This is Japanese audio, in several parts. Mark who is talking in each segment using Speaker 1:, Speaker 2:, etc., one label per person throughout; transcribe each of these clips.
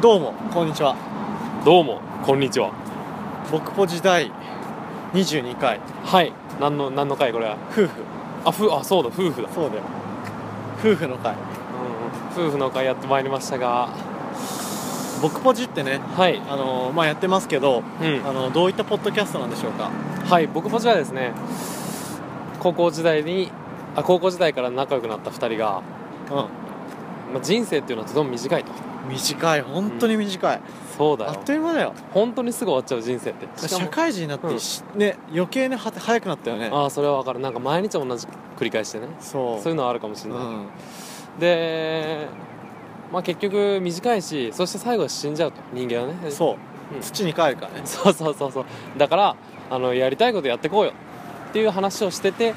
Speaker 1: どうもこんにちは
Speaker 2: どうもこんにちは
Speaker 1: 僕ポジ第22回
Speaker 2: はい何の何の会これは
Speaker 1: 夫婦
Speaker 2: あふあそうだ夫婦だ、
Speaker 1: そうだよ夫婦の会
Speaker 2: うん、夫婦の会やってまいりましたが
Speaker 1: 僕ポジってね
Speaker 2: はい
Speaker 1: あのーまあやってますけど、
Speaker 2: うん
Speaker 1: あのどういったポッドキャストなんでしょうか
Speaker 2: はい僕こちらですね高校時代にあ高校時代から仲良くなった2人が、まあ、人生っていうのはとても短いと
Speaker 1: うん短い本当に短い、
Speaker 2: そうだ
Speaker 1: あ
Speaker 2: よ
Speaker 1: っという間だよ
Speaker 2: 本当にすぐ終わっちゃう人生ってしか
Speaker 1: 社
Speaker 2: も
Speaker 1: 会人になって
Speaker 2: うん
Speaker 1: し、ね余計ねは早くなったよね
Speaker 2: ああそれは分かるなんか毎日同じ繰り返してね
Speaker 1: そう
Speaker 2: そういうのはあるかもしれな
Speaker 1: う
Speaker 2: い、
Speaker 1: ん
Speaker 2: でまあ結局短いしそして最後は死んじゃうと人間はね
Speaker 1: そう、
Speaker 2: うん
Speaker 1: 土に帰るからね
Speaker 2: そうそうそうそうだからあのやりたいことやってこうよっていう話をしてて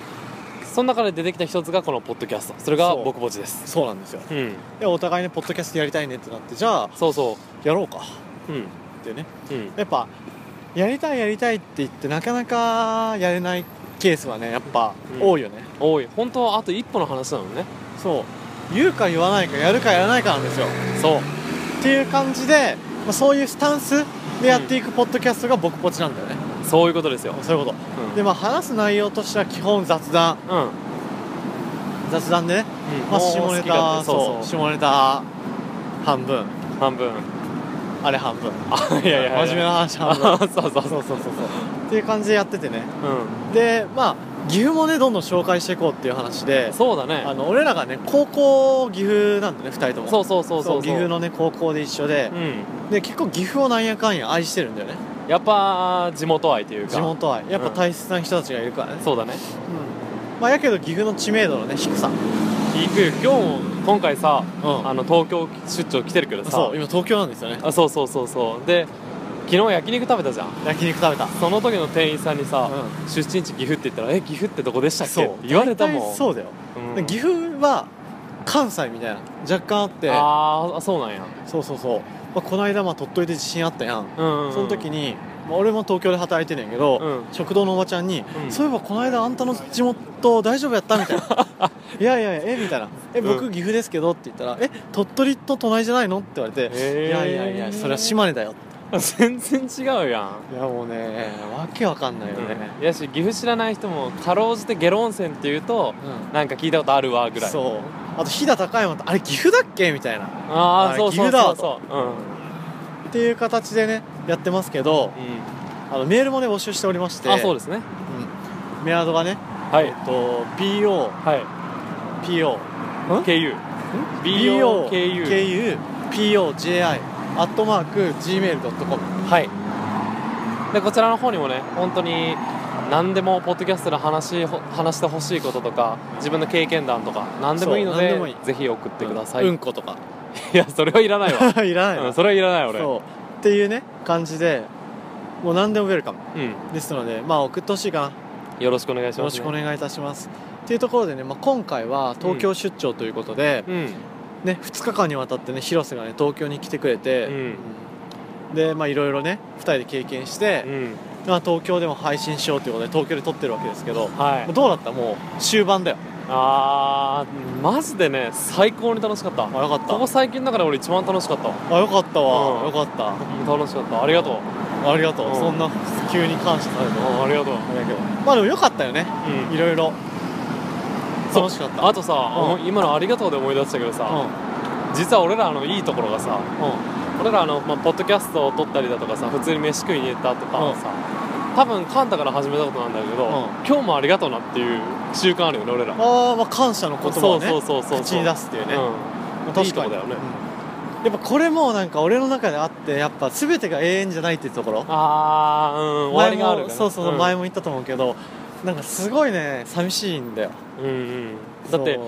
Speaker 2: その中で出てきた一つがこのポッドキャストそれが
Speaker 1: そう
Speaker 2: 僕ぼちです
Speaker 1: そうなんですよ
Speaker 2: うん
Speaker 1: でお互いねポッドキャストやりたいねってなってじゃあ
Speaker 2: そうそ
Speaker 1: やろうか
Speaker 2: ううん
Speaker 1: ってね
Speaker 2: うん
Speaker 1: やっぱやりたいやりたいって言ってなかなかやれないケースはねやっぱ
Speaker 2: うん
Speaker 1: 多いよね、
Speaker 2: おい本当はあと一歩の話なのね
Speaker 1: そう言うか言わないかやるかやらないかなんですよ
Speaker 2: そう
Speaker 1: っていう感じで、まあ、そういうスタンスでやっていくポッドキャストが僕ポチなんだよね、
Speaker 2: そういうことですよ
Speaker 1: そういうこ
Speaker 2: う
Speaker 1: と
Speaker 2: ん
Speaker 1: でまあ話す内容としては基本雑談
Speaker 2: うんうん
Speaker 1: 雑談でね、まあ、
Speaker 2: もう
Speaker 1: 下ネ
Speaker 2: 好き勝
Speaker 1: タそ
Speaker 2: 手そう
Speaker 1: う
Speaker 2: そ
Speaker 1: 下ネタ半分
Speaker 2: う半分
Speaker 1: あれ半分
Speaker 2: あ いやいやい
Speaker 1: 真
Speaker 2: や
Speaker 1: 面目な話半分
Speaker 2: あ そうそうそうそうそう
Speaker 1: っていう感じでやっててね
Speaker 2: う
Speaker 1: でまあ岐阜もねどんどん紹介していこうっていう話で
Speaker 2: んそうだ
Speaker 1: あ
Speaker 2: ね
Speaker 1: の俺らがね高校岐阜なんだね2人とも
Speaker 2: そうそうそうそうそう
Speaker 1: 岐阜のね高校で一緒で
Speaker 2: う、ん
Speaker 1: で結構岐阜をなんやかんや愛してるんだよね
Speaker 2: やっぱ地元愛というか
Speaker 1: 地元愛やっぱ大切な人たちがいるからね、
Speaker 2: そうだね
Speaker 1: うんまあ、やけど岐阜の知名度のね低さ、う
Speaker 2: 行く今日今回さ
Speaker 1: ん
Speaker 2: あの東京出張来てるけどさ
Speaker 1: そう今東京なんですよね
Speaker 2: あそうそうそうそうで昨日焼肉食べたじゃん
Speaker 1: 焼肉食べた
Speaker 2: その時の店員さんにさ、
Speaker 1: う
Speaker 2: 出身地岐阜って言ったら「え岐阜ってどこでしたっけ?」
Speaker 1: そう
Speaker 2: って言われたもん
Speaker 1: 大体そうだよ、
Speaker 2: うん
Speaker 1: で岐阜は関西みたいな若干あって
Speaker 2: あーあそうなんや
Speaker 1: そうそうそう、まあ、この間まあ鳥取で地震あったやん、
Speaker 2: うんうん、うん、
Speaker 1: その時
Speaker 2: に
Speaker 1: に、まあ、俺も東京で働いてるんやけど、
Speaker 2: うん
Speaker 1: 食堂のおばちゃんに、
Speaker 2: うん
Speaker 1: そういえばこの間あんたの地元大丈夫やったみたいな いやいやいやえみたいなえ僕
Speaker 2: う
Speaker 1: 岐阜ですけどって言ったら、え鳥取と隣じゃないのって言われて、
Speaker 2: へー
Speaker 1: いやいやいやそれは島根だよって
Speaker 2: 全然違うやん、
Speaker 1: いやもうねわけわかんないよね、
Speaker 2: うん、やし岐阜知らない人もかろうじて下呂温泉っていうと
Speaker 1: うん
Speaker 2: なんか聞いたことあるわぐらい
Speaker 1: そうあと飛騨高山ってあれ岐阜だっけみたいなっ
Speaker 2: あ
Speaker 1: あ
Speaker 2: あそう
Speaker 1: 岐
Speaker 2: そう
Speaker 1: 阜だ
Speaker 2: そ
Speaker 1: わ
Speaker 2: うそううん、うん、
Speaker 1: ていう形でねやってますけどあのメールもね募集しておりまして
Speaker 2: あそうですね
Speaker 1: うんメアドがね、
Speaker 2: はい
Speaker 1: えっと PO
Speaker 2: は
Speaker 1: PO
Speaker 2: い KU BOKU
Speaker 1: BOKUPOJI アットマーク Gmail.com
Speaker 2: はいでこちらの方にもね本当に何でもポッドキャストで話ほ話してほしいこととか自分の経験談とか何でもいいの
Speaker 1: そう
Speaker 2: で
Speaker 1: 何でもいい
Speaker 2: ぜひ送ってください、
Speaker 1: うん
Speaker 2: い
Speaker 1: ことか
Speaker 2: やそれはいらないわ、
Speaker 1: いらないわ
Speaker 2: うん、それはいらない俺
Speaker 1: そうっていうね感じでもう何でもウェルカム
Speaker 2: うん、
Speaker 1: ですのでまあ送ってほしいかな
Speaker 2: よろしくお願いし
Speaker 1: よ
Speaker 2: ま
Speaker 1: ろ
Speaker 2: す、
Speaker 1: し
Speaker 2: ね、
Speaker 1: くお
Speaker 2: し
Speaker 1: 願いいたしますっていうところでね、まあ、今回は東京出張ということで、
Speaker 2: くお願い
Speaker 1: ね、2日間にわたってね広瀬がね東京に来てくれて、
Speaker 2: うん
Speaker 1: うんでまあいろいろね2人で経験して
Speaker 2: う、ん、うん、
Speaker 1: まあ、東京でも配信しようということで東京で撮ってるわけですけど、
Speaker 2: はい
Speaker 1: どうだったもう終盤だよ
Speaker 2: あーマジでね最高に楽しかった
Speaker 1: あよかっ
Speaker 2: ここ
Speaker 1: た
Speaker 2: 最近の中で俺一番楽しかったわ
Speaker 1: あよかったわ、
Speaker 2: うん
Speaker 1: よかった
Speaker 2: 楽しかったありがとう
Speaker 1: ありがとう、
Speaker 2: うん
Speaker 1: そんな急に感謝されて
Speaker 2: あありがとう、
Speaker 1: あれだけどまあでもよかったよね
Speaker 2: うん
Speaker 1: いろいろ
Speaker 2: そう
Speaker 1: 楽しかった
Speaker 2: あとさ、
Speaker 1: うん
Speaker 2: 思い今の「ありがとう」で思い出したけどさ、
Speaker 1: う
Speaker 2: 実は俺らのいいところが
Speaker 1: ん
Speaker 2: さ
Speaker 1: うん
Speaker 2: 俺らあの、まあ、ポッドキャストを撮ったりだとかさ普通に飯食いに行ったとかさ、多分カンタから始めたことなんだけど、
Speaker 1: うん
Speaker 2: 今日もありがとうなっていう習慣あるよね俺ら、
Speaker 1: あーまあ感謝の言葉をね
Speaker 2: そうそうそうそう
Speaker 1: 口に出すっていうね、
Speaker 2: う
Speaker 1: まあ
Speaker 2: いいとこだよね
Speaker 1: うんやっぱこれもなんか俺の中であってやっぱ全てが永遠じゃないっていうところ
Speaker 2: ん、あーうん終わりがある
Speaker 1: 前も
Speaker 2: から
Speaker 1: そうそうそう、
Speaker 2: ん
Speaker 1: 前も言ったと思うけどなんかすごいね寂しいんだよ
Speaker 2: うんうんだって
Speaker 1: そう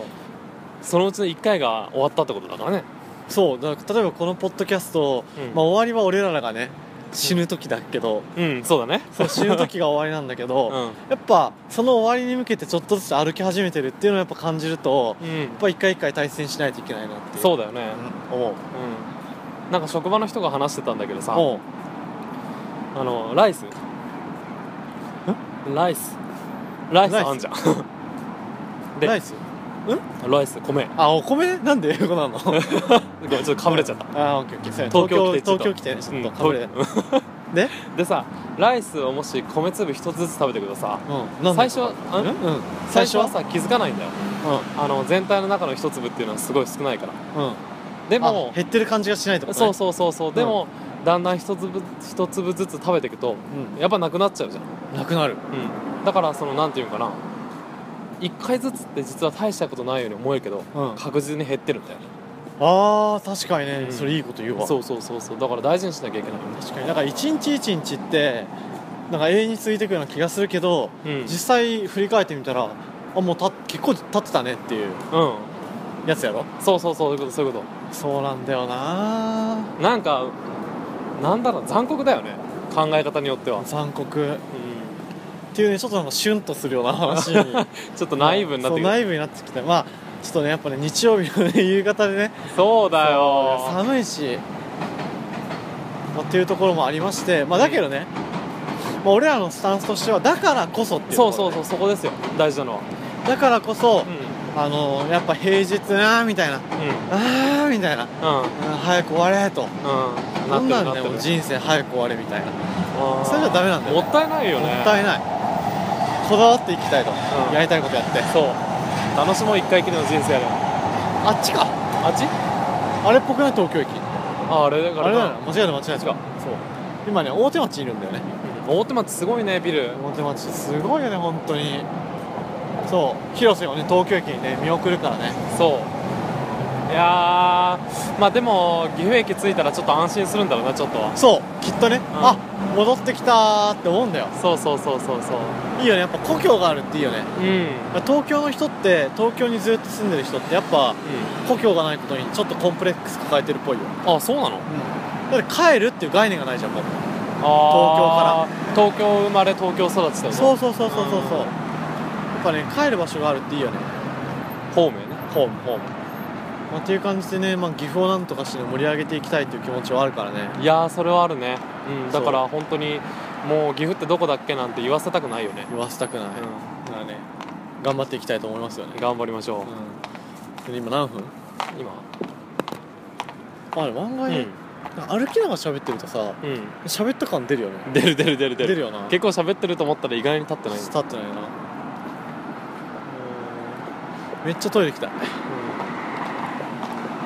Speaker 2: そのうちの1回が終わったってことだからね
Speaker 1: そうだから例えばこのポッドキャスト、
Speaker 2: うん
Speaker 1: まあ、終わりは俺らがね死ぬ時だけど、
Speaker 2: うんそうだね
Speaker 1: そう死ぬ時が終わりなんだけど、
Speaker 2: うん
Speaker 1: やっぱその終わりに向けてちょっとずつ歩き始めてるっていうのをやっぱ感じると
Speaker 2: うん
Speaker 1: やっぱ一回一回対戦しないといけないなっていう
Speaker 2: そううだよね
Speaker 1: ん思う
Speaker 2: うんなんか職場の人が話してたんだけどさ
Speaker 1: 思う
Speaker 2: あのライスライスライスあんじゃんで
Speaker 1: ライス
Speaker 2: ライス米
Speaker 1: あお米なんで英語 なの
Speaker 2: ごめんちょっとかぶれちゃった
Speaker 1: あオッケーオッケーそうや
Speaker 2: 東京来て
Speaker 1: 東京来てねちょっとかぶれ
Speaker 2: うん東
Speaker 1: で
Speaker 2: でさライスをもし米粒一つずつ食べてくとさ
Speaker 1: うんなんで
Speaker 2: 最初は
Speaker 1: うん
Speaker 2: ん
Speaker 1: うん
Speaker 2: 最初はさ気づかないんだよ
Speaker 1: う
Speaker 2: あの全体の中の一粒っていうのはすごい少ないから
Speaker 1: んうんで
Speaker 2: で
Speaker 1: も
Speaker 2: も
Speaker 1: 減ってる感じがしないってこと
Speaker 2: そ
Speaker 1: ね
Speaker 2: うそうそうそうでもだんだん一粒一粒ずつ食べていくと
Speaker 1: う
Speaker 2: やっぱなくなっちゃうじゃん
Speaker 1: んなくなる
Speaker 2: うん、だからそのなんていうんかな1回ずつって実は大したことないように思えるけど、
Speaker 1: うん
Speaker 2: 確実に減ってるんだよね
Speaker 1: あー確かにね、
Speaker 2: うん
Speaker 1: それいいこと言うわ
Speaker 2: そうそうそうそうだから大事にしなきゃいけないよね
Speaker 1: 確かにだから一日一日ってなんか永遠に続いていくような気がするけど、
Speaker 2: うん、うん、
Speaker 1: 実際振り返ってみたらあもうた結構経ってたねっていうやつやろ
Speaker 2: そうそうそういうことそういうこ
Speaker 1: そうなんだよな
Speaker 2: となんかなんだろう残酷だよね考え方によっては、うん、
Speaker 1: 残酷っていうねちょっとなんかシュンとするような話に
Speaker 2: ちょっとナイーブになっ
Speaker 1: そ
Speaker 2: て
Speaker 1: う
Speaker 2: く
Speaker 1: ナ
Speaker 2: る
Speaker 1: イーブになってきてまあちょっとねやっぱね日曜日の、ね、 夕方でね
Speaker 2: そうだよ
Speaker 1: 寒いし、まあっていうところもありまして、まあ、だけどね、まあ、俺らのスタンスとしてはだからこそっていうとこ
Speaker 2: そ
Speaker 1: ろ
Speaker 2: うそうそうそこですよ大事なのは
Speaker 1: だからこそ
Speaker 2: う、ん
Speaker 1: あのやっぱ平日なーみたいなあーみたいな
Speaker 2: うん
Speaker 1: あー早く終われと
Speaker 2: うん
Speaker 1: な
Speaker 2: うんんな
Speaker 1: なんだ
Speaker 2: ってるなって
Speaker 1: よ
Speaker 2: る
Speaker 1: もう人生早く終われみたいな
Speaker 2: あー
Speaker 1: それじゃダメなんだよね
Speaker 2: もったいないよね
Speaker 1: もったいないこだわっていきたいと、
Speaker 2: ん
Speaker 1: やりたいことやって
Speaker 2: そう楽しもう一回きりの人生やで
Speaker 1: あっちか
Speaker 2: あっち
Speaker 1: あれっぽくない東京駅
Speaker 2: ああれだか
Speaker 1: あれだよ
Speaker 2: ら
Speaker 1: な間違えた間違えた
Speaker 2: 違う
Speaker 1: そう今ね大手町いるんだよね
Speaker 2: 大手町すごいねビル
Speaker 1: 大手町すごいよね本当にそう広瀬をね東京駅にね見送るからね
Speaker 2: そういやーまあでも岐阜駅着いたらちょっと安心するんだろうなちょっとは
Speaker 1: そうきっとね、あ戻ってきたーって思うんだよ
Speaker 2: そうそうそうそうそう
Speaker 1: いいよねやっぱ故郷があるっていいよね
Speaker 2: うん
Speaker 1: 東京の人って東京にずっと住んでる人ってやっぱ故郷がないことにちょっとコンプレックス抱えてるっぽいよ、
Speaker 2: うんあそうなの
Speaker 1: だって帰るっていう概念がないじゃんもう
Speaker 2: あー東京生まれ東京育ちだよね
Speaker 1: そうそうそうそうそうそう
Speaker 2: うん
Speaker 1: やっぱね帰る場所があるっていいよね
Speaker 2: ホームやね
Speaker 1: ホームホーム、まあ、っていう感じでね、まあ、岐阜をなんとかしてね盛り上げていきたいという気持ちはあるからね
Speaker 2: いやーそれはあるねうん
Speaker 1: そ
Speaker 2: だ
Speaker 1: う
Speaker 2: から本当にもう岐阜ってどこだっけなんて言わせたくないよね
Speaker 1: 言わせたくない、
Speaker 2: う
Speaker 1: だからね頑張っていきたいと思いますよね
Speaker 2: ん、頑張りましょ
Speaker 1: うんで今何分
Speaker 2: う今
Speaker 1: あれ漫画
Speaker 2: う
Speaker 1: に、
Speaker 2: ん
Speaker 1: 歩きながら喋ってるとさ
Speaker 2: う
Speaker 1: 喋った感出るよね
Speaker 2: ん出る出る出る出
Speaker 1: 出
Speaker 2: る
Speaker 1: るよな
Speaker 2: 結構喋ってると思ったら意外に立ってない
Speaker 1: 立ってないなめっちゃトイレ来た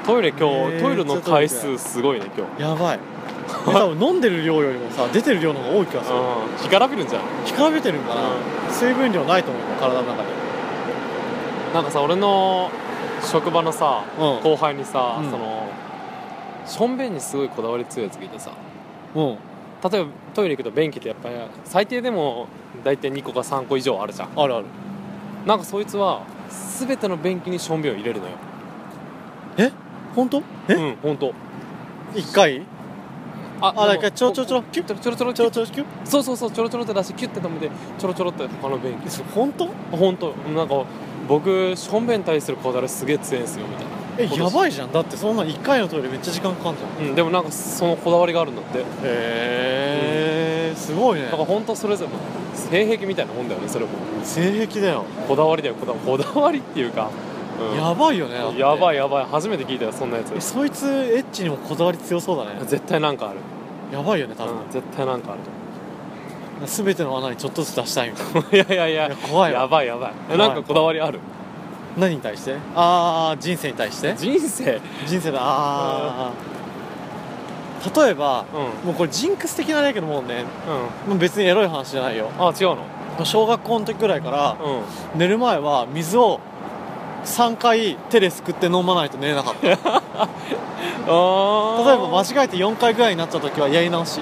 Speaker 2: トイレ今日、
Speaker 1: ねえ
Speaker 2: トイレの回数すごいね今日
Speaker 1: やばい多分飲んでる量よりもさ出てる量の方が多い気がする
Speaker 2: うん干からびるんじゃん
Speaker 1: 干からびてるんかな水分量ないと思うよ体の中で
Speaker 2: なんかさ俺の職場のさ
Speaker 1: う
Speaker 2: 後輩にさ、
Speaker 1: うん
Speaker 2: そのしょんべんにすごいこだわり強いやつがいてさ
Speaker 1: んうん
Speaker 2: 例えばトイレ行くと便器ってやっぱり最低でも大体2個か3個以上あるじゃん
Speaker 1: あるある
Speaker 2: なんかそいつは全ての便器にしょんべんを入れるのよ
Speaker 1: 本当
Speaker 2: う
Speaker 1: え
Speaker 2: んほんと
Speaker 1: 一回
Speaker 2: あ
Speaker 1: あなんかちょろちょろちょろ
Speaker 2: キュッちょろちょろ
Speaker 1: ちょろちょろキュ
Speaker 2: そうそうそうちょろちょろって出してキュッて止めてちょろちょろって他の便器
Speaker 1: ッ本当
Speaker 2: 本当なんか僕しょんべんに対するこだわりすげえ強いんですよみたい
Speaker 1: え
Speaker 2: 今年
Speaker 1: やばいじゃんだってそんな一回のトイレめっちゃ時間かかんじゃん
Speaker 2: な、うん、でもなんかそのこだわりがあるんだって
Speaker 1: へえすごいね
Speaker 2: だから本当それぞれ性癖みたいなもんだよねそれも
Speaker 1: 性癖だよ
Speaker 2: こだわりだよこだわりこだわりっていうか、うん、
Speaker 1: やばいよねだって
Speaker 2: やばいやばい初めて聞いたよそんなやつ
Speaker 1: えそいつエッチにもこだわり強そうだね
Speaker 2: 絶対なんかある、
Speaker 1: やばいよね多分
Speaker 2: うん、絶対なんかあると
Speaker 1: 全ての穴にちょっとずつ出したいみたいな
Speaker 2: 思う いやいやいや
Speaker 1: いや怖いわ
Speaker 2: やばいやばいえなんかこだわりある
Speaker 1: 何に対してああ人生に対して
Speaker 2: 人生
Speaker 1: 人生だああ例えば
Speaker 2: うんうん
Speaker 1: もうこれジンクス的なあれやけどもうねもう別にエロい話じゃないよ
Speaker 2: あ違うの
Speaker 1: 小学校の時ぐらいから
Speaker 2: うん
Speaker 1: 寝る前は水を3回手ですくって飲まないと寝れなかった例え
Speaker 2: あー
Speaker 1: ば間違えて4回ぐらいになった時はやり直し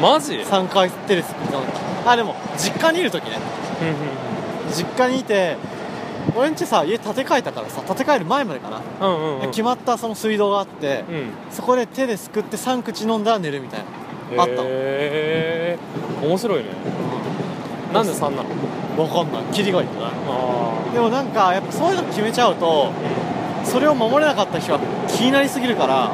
Speaker 2: マジ
Speaker 1: 3回手ですくって飲んだあでも実家にいる時ね
Speaker 2: うん
Speaker 1: 実家にいて俺んちさ家建て替えたからさ建て替える前までかな、
Speaker 2: うんうんうんうん
Speaker 1: 決まったその水道があって、
Speaker 2: うん
Speaker 1: そこで手ですくって3口飲んだら寝るみたいなあったの
Speaker 2: へえ面白いねなんで3なの
Speaker 1: 分かんないキリがいいな
Speaker 2: あ
Speaker 1: でもなんかやっぱそういうの決めちゃうとそれを守れなかった人は気になりすぎるから
Speaker 2: あ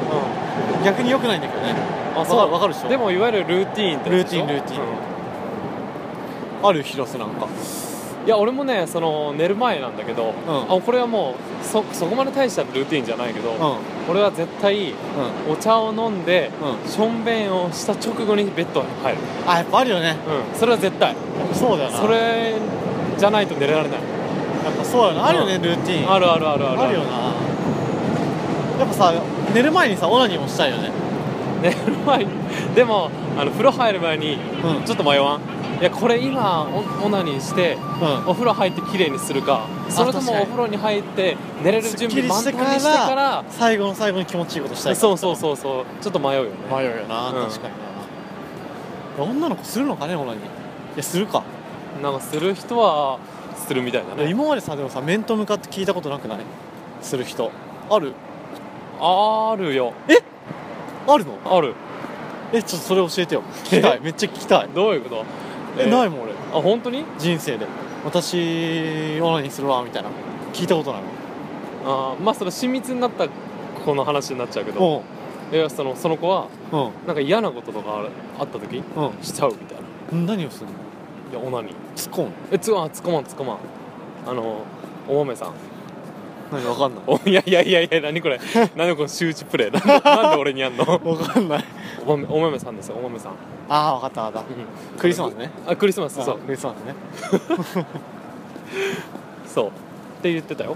Speaker 1: 逆に良くないんだけどね
Speaker 2: あ
Speaker 1: そうわかるでしょ
Speaker 2: でもいわゆるルーティーンってやつでし
Speaker 1: ルーティ
Speaker 2: ょ
Speaker 1: ンルーティン
Speaker 2: うん
Speaker 1: ある広瀬なんか
Speaker 2: いや俺もねその寝る前なんだけど、
Speaker 1: ん
Speaker 2: あこれはもうそそこまで大したルーティンじゃないけど、
Speaker 1: うんうん
Speaker 2: 俺は絶対お茶を飲んで
Speaker 1: うん
Speaker 2: しょんべんをした直後にベッドに入る、
Speaker 1: あやっぱあるよね
Speaker 2: うん、それは絶対
Speaker 1: そうだよな
Speaker 2: それじゃないと寝られない
Speaker 1: やっぱそうだよなあるよね、
Speaker 2: うん
Speaker 1: ルーティン
Speaker 2: あるあるあるある
Speaker 1: あるよなやっぱさ寝る前にさオナニーもしたいよね
Speaker 2: 寝る前にでもあの風呂入る前に
Speaker 1: うん
Speaker 2: ちょっと迷わんいやこれ今オオナニーして
Speaker 1: うん
Speaker 2: お風呂入って綺麗にするかそれと
Speaker 1: 確か
Speaker 2: も
Speaker 1: に
Speaker 2: お風呂に入って寝れる
Speaker 1: すっ
Speaker 2: 準
Speaker 1: き
Speaker 2: 備
Speaker 1: り
Speaker 2: 満
Speaker 1: し
Speaker 2: タ
Speaker 1: て
Speaker 2: ン
Speaker 1: か
Speaker 2: にしてから
Speaker 1: 最後の最後に気持ちいいことした
Speaker 2: ら
Speaker 1: い
Speaker 2: そうそうそうそうちょっと迷うよね
Speaker 1: 迷うよな、
Speaker 2: う
Speaker 1: 確かに
Speaker 2: ん
Speaker 1: ないや女の子するのかねオナニーいやするか
Speaker 2: なんかする人はするみたいない
Speaker 1: や
Speaker 2: ね
Speaker 1: 今までさでもさ面と向かって聞いたことなくないする人ある
Speaker 2: あるよ
Speaker 1: あるの
Speaker 2: ある
Speaker 1: えちょっとそれ教えてよ聞きたい
Speaker 2: え
Speaker 1: めっちゃ聞きたい
Speaker 2: どういうこと
Speaker 1: えない
Speaker 2: あ
Speaker 1: もん俺
Speaker 2: 本当に
Speaker 1: 人生で私オナニーするわみたいな聞いたことない
Speaker 2: あーまあその親密になった子の話になっちゃうけど
Speaker 1: も
Speaker 2: いやそのその子は
Speaker 1: んうん
Speaker 2: なんか嫌なこととかあるあった時
Speaker 1: うん
Speaker 2: しちゃうみたいな
Speaker 1: うん何をするの
Speaker 2: いやオナニー
Speaker 1: 突っ込む
Speaker 2: えつあつこまんつこまんあのお豆さん
Speaker 1: 何わかんない
Speaker 2: おいやいやいやいや何 これ何この周知プレイなんでなんで俺にやんの
Speaker 1: わかんない
Speaker 2: お豆お豆さんですよお豆さん、
Speaker 1: ああわかったわかったクリスマスね
Speaker 2: あクリスマスそう
Speaker 1: あクリスマスね
Speaker 2: そうって言ってたよ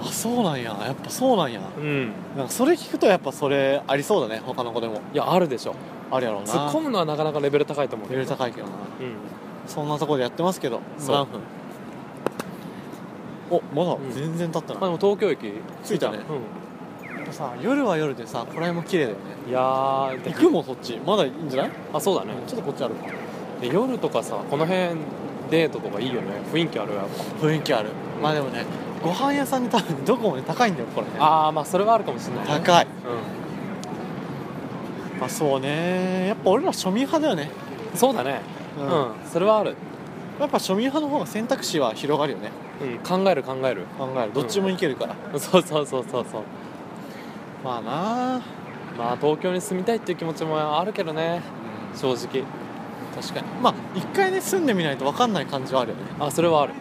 Speaker 1: あそうなんややっぱそうなんや
Speaker 2: うん
Speaker 1: なんかそれ聞くとやっぱそれありそうだね他の子でも
Speaker 2: いやあるでしょ
Speaker 1: あるやろうな
Speaker 2: 突っ込むのはなかなかレベル高いと思うけ
Speaker 1: レ
Speaker 2: ど
Speaker 1: ベル高いけどな
Speaker 2: うん
Speaker 1: そんなところでやってますけど
Speaker 2: そう
Speaker 1: 何分おまだ
Speaker 2: うん
Speaker 1: 全然経った
Speaker 2: ま
Speaker 1: な、
Speaker 2: あでも東京駅
Speaker 1: 着いたね
Speaker 2: う
Speaker 1: やっぱさ夜は夜でさこれも綺麗だよね
Speaker 2: んいや
Speaker 1: 行
Speaker 2: ー
Speaker 1: くもんそっちまだいいんじゃない
Speaker 2: あそうだね
Speaker 1: ちょっとこっちある
Speaker 2: で夜とかさこの辺デートとかいいよね雰囲気あるやっ
Speaker 1: 雰囲気あるまあでもねご飯屋さんに多分どこもね高いんだよこれね
Speaker 2: ぱああまあそれはあるかもしれない、ね、
Speaker 1: 高い
Speaker 2: うん
Speaker 1: まあそうねやっぱ俺ら庶民派だよね
Speaker 2: そうだね
Speaker 1: う、
Speaker 2: うんん、それはある、
Speaker 1: やっぱ庶民派の方が選択肢は広がるよね
Speaker 2: うん、考える考える
Speaker 1: 考えるどっちもいけるから、
Speaker 2: そうそうそうそうそう
Speaker 1: まあなあ、
Speaker 2: まあ東京に住みたいっていう気持ちもあるけどね正直
Speaker 1: 確かにまあ一回ね住んでみないと分かんない感じはあるよね
Speaker 2: あそれはある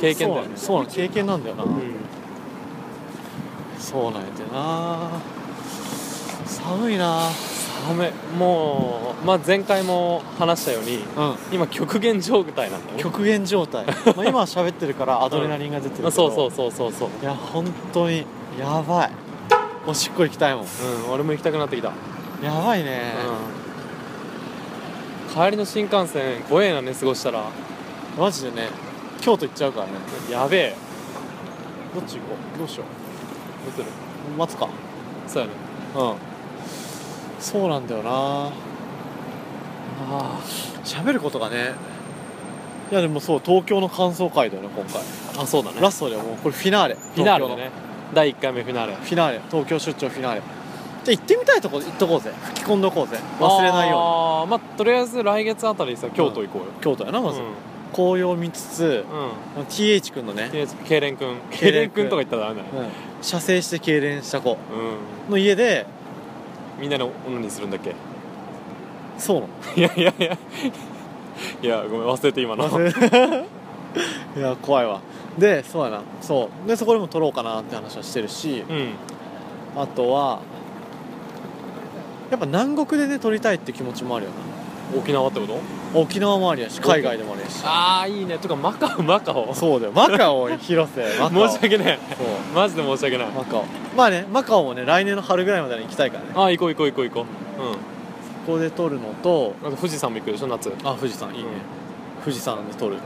Speaker 2: 経験だよね
Speaker 1: そうなの経験なんだよな、
Speaker 2: うん
Speaker 1: そうなんやてな寒いな
Speaker 2: 寒いもう、まあ、前回も話したように
Speaker 1: うん
Speaker 2: 今極限状態なんだよ
Speaker 1: 極限状 態まあ今は喋ってるからアドレナリンが出てるけど、
Speaker 2: あそうそうそうそうそう
Speaker 1: いや本当にやばいおしっこ行きたいもん
Speaker 2: うん俺も行きたくなってきた、
Speaker 1: やばいね、
Speaker 2: うん、帰りの新幹線怖えなね過ごしたら
Speaker 1: マジでね京都行っちゃうからね
Speaker 2: やべえ
Speaker 1: どっち行こうどうしよ
Speaker 2: どうする
Speaker 1: う待つか
Speaker 2: そうやね
Speaker 1: うんそうなんだよな
Speaker 2: あ
Speaker 1: 喋ることがねいやでもそう東京の感想会だよね今回、
Speaker 2: あそうだね
Speaker 1: ラストでもうこれフィナーレ
Speaker 2: フィナー
Speaker 1: 東
Speaker 2: レだ
Speaker 1: 京の
Speaker 2: ね第1回目フィナーレ
Speaker 1: フィナーレ東京出張フィナーレじゃあ行ってみたいとこ行っとこうぜ吹き込んどこうぜ忘れないよ
Speaker 2: あーまあとりあえず来月あたりさ京都行こうよ
Speaker 1: うに京都やなまず、
Speaker 2: う
Speaker 1: 紅葉見つつ
Speaker 2: ん、うん、
Speaker 1: TH 君のね
Speaker 2: と、りあえずけいれんくんけ
Speaker 1: け
Speaker 2: い
Speaker 1: い
Speaker 2: れ
Speaker 1: れ
Speaker 2: ん
Speaker 1: ん
Speaker 2: く
Speaker 1: く
Speaker 2: ん
Speaker 1: ん
Speaker 2: とか言ったらダメだね
Speaker 1: うん、射精して痙攣した子
Speaker 2: う
Speaker 1: の家で
Speaker 2: んみんなのオナニーするんだっけ
Speaker 1: そうなの
Speaker 2: いやいやいやいやごめん忘れて今の
Speaker 1: 忘れ たいや怖いわでそうやなそうでそこでも撮ろうかなって話はしてるし
Speaker 2: うん
Speaker 1: あとはやっぱ南国でね撮りたいって気持ちもあるよな
Speaker 2: 沖縄ってこと
Speaker 1: 沖縄もありやし海外でもありやし
Speaker 2: ああいいねとかマカオマカオ申し
Speaker 1: そうだよマカオ広瀬マカオ
Speaker 2: 訳ない
Speaker 1: そう
Speaker 2: マジで申し訳ない
Speaker 1: マカオまあねマカオもね来年の春ぐらいまでに行きたいからね
Speaker 2: ああ行こう行こう行こう行こ
Speaker 1: ここで撮るのと
Speaker 2: ううんあと富士山も行くでしょ夏
Speaker 1: あ富士山いいね、富士山で撮る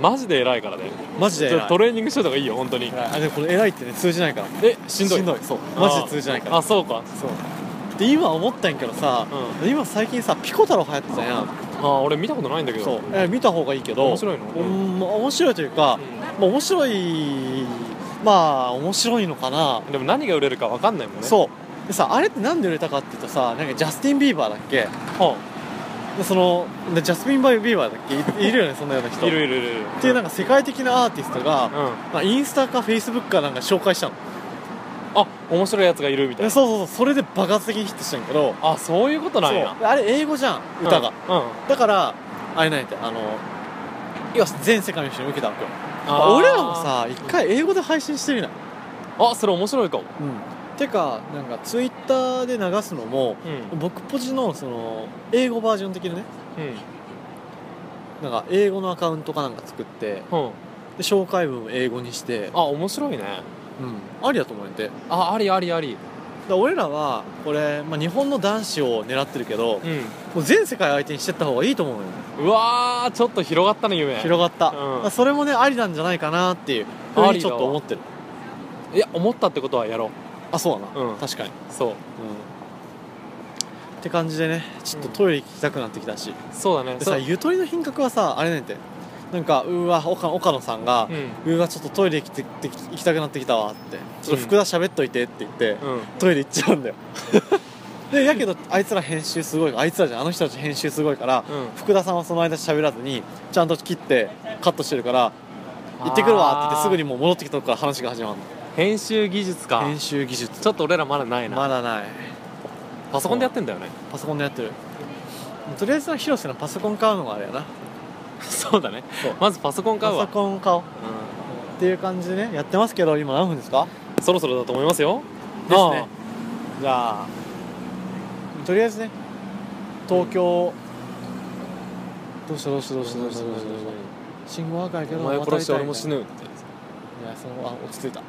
Speaker 2: マジで偉いからね
Speaker 1: マジで
Speaker 2: ち
Speaker 1: 偉
Speaker 2: ょっと
Speaker 1: い
Speaker 2: トレーニングしといた方がいいよ本当に
Speaker 1: 偉いあでもこれ偉いってね通じないから
Speaker 2: えしんどい
Speaker 1: しんどいそうマジで通じないから
Speaker 2: あそうか
Speaker 1: そうで今思ったんやけどさ、今最近さピコ太郎流行ってたやん
Speaker 2: ああ俺見たことないんだけど
Speaker 1: そう、え見た方がいいけど
Speaker 2: 面白いの
Speaker 1: うんまあ面白いというか、まあ、面白いまあ面白いのかな、
Speaker 2: うんでも何が売れるか分かんないもんねう
Speaker 1: そうでさあれってなんで売れたかっていうとさなんかジャスティン・ビーバーだっけでそのでジャスティン・ビーバーだっけいいるよねそんなような人
Speaker 2: いるいるいるいる
Speaker 1: っていうなんか世界的なアーティストが、
Speaker 2: うん
Speaker 1: まあ、インスタかフェイスブックかなんか紹介したの
Speaker 2: あ面白いやつがいるみたい
Speaker 1: で
Speaker 2: な
Speaker 1: そうそうそうそれで爆発的にヒットしたんやけど
Speaker 2: あそういうことなんや
Speaker 1: そうあれ英語じゃん歌が、
Speaker 2: うんうん
Speaker 1: だからあれなんやてあの要は全世界の人に受けたわけよまあ俺らもさ一回英語で配信してみない、
Speaker 2: あそれ面白いかも、
Speaker 1: うん、てかなんかツイッターで流すのも
Speaker 2: うんうん、
Speaker 1: 僕ポジのその英語バージョン的なねなんか英語のアカウントかなんか作って
Speaker 2: うん、
Speaker 1: で紹介文を英語にして
Speaker 2: あ面白いね
Speaker 1: うん、ありだと思うんでだか
Speaker 2: あありありあり
Speaker 1: ら俺らはこれ、まあ、日本の男子を狙ってるけど、
Speaker 2: う
Speaker 1: もう全世界相手にしてった方がいいと思うのよ
Speaker 2: んうわーちょっと広がったね夢
Speaker 1: 広がった、
Speaker 2: うん
Speaker 1: まあそれもねありなんじゃないかなっていうふ
Speaker 2: あ
Speaker 1: う
Speaker 2: り
Speaker 1: にち
Speaker 2: だ
Speaker 1: ょ
Speaker 2: わ
Speaker 1: っと思ってる
Speaker 2: いや思ったってことはやろ
Speaker 1: あそうだな、
Speaker 2: うん
Speaker 1: 確かに、うん、
Speaker 2: うそう
Speaker 1: って感じでねちょっとトイレ行きたくなってきたし、
Speaker 2: そうだね
Speaker 1: でさ
Speaker 2: そう
Speaker 1: ゆとりの品格はさあれねんてなんかうわ岡岡野さんが、
Speaker 2: うん
Speaker 1: うわちょっとトイレ行きて行き行きたくなってきたわってちょっと福田喋っといてって言って、
Speaker 2: うん
Speaker 1: トイレ行っちゃうんだ よでやけどあいつら編集すごいあいつらじゃんあの人たち編集すごいから、
Speaker 2: うん
Speaker 1: 福田さんはその間喋らずにちゃんと切ってカットしてるから行ってくるわって言ってすぐにもう戻ってきたとこから話が始まる
Speaker 2: あー編集技術か
Speaker 1: の編集技術
Speaker 2: ちょっと俺らまだないな、
Speaker 1: まだない
Speaker 2: パソコンでやってんだよね
Speaker 1: パソコンでやってるとりあえずは広瀬のパソコン買うのがあれやな
Speaker 2: そうだね
Speaker 1: そう
Speaker 2: まずパソコン買
Speaker 1: パ
Speaker 2: う
Speaker 1: ソ
Speaker 2: わ、
Speaker 1: コン買おうっていう感じでねやってますけど今何分ですか
Speaker 2: うんそろそろだと思いますよ
Speaker 1: ですねじゃあとりあえずね東京、どうしたどうしたどうしたどうしたどうしたどうした信号赤やけ
Speaker 2: お
Speaker 1: ど
Speaker 2: 前殺して俺も死
Speaker 1: ぬ
Speaker 2: ぬって
Speaker 1: いやそのあ落ち着いた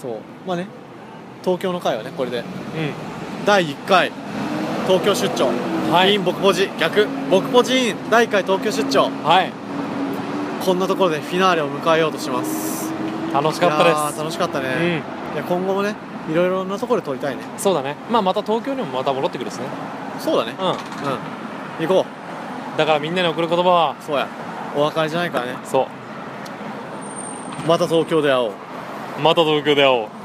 Speaker 1: そうまあね東京の回はねこれで第1回東京出張
Speaker 2: うんは
Speaker 1: イ
Speaker 2: い
Speaker 1: ン僕ポジ逆僕ポジイン第1回東京出張
Speaker 2: はい
Speaker 1: こんなところでフィナーレを迎えようとします
Speaker 2: 楽しかったで
Speaker 1: いやー
Speaker 2: す
Speaker 1: 楽しかったね、
Speaker 2: うん
Speaker 1: いや今後もねいろいろなところで撮りたいね
Speaker 2: そうだねまあまた東京にもまた戻ってくるしね
Speaker 1: そうだね
Speaker 2: う
Speaker 1: うん行こ
Speaker 2: んだからみんなに送る言葉は
Speaker 1: うそうやお別れじゃないからね
Speaker 2: そ
Speaker 1: また東京で会おう
Speaker 2: うまた東京で会おう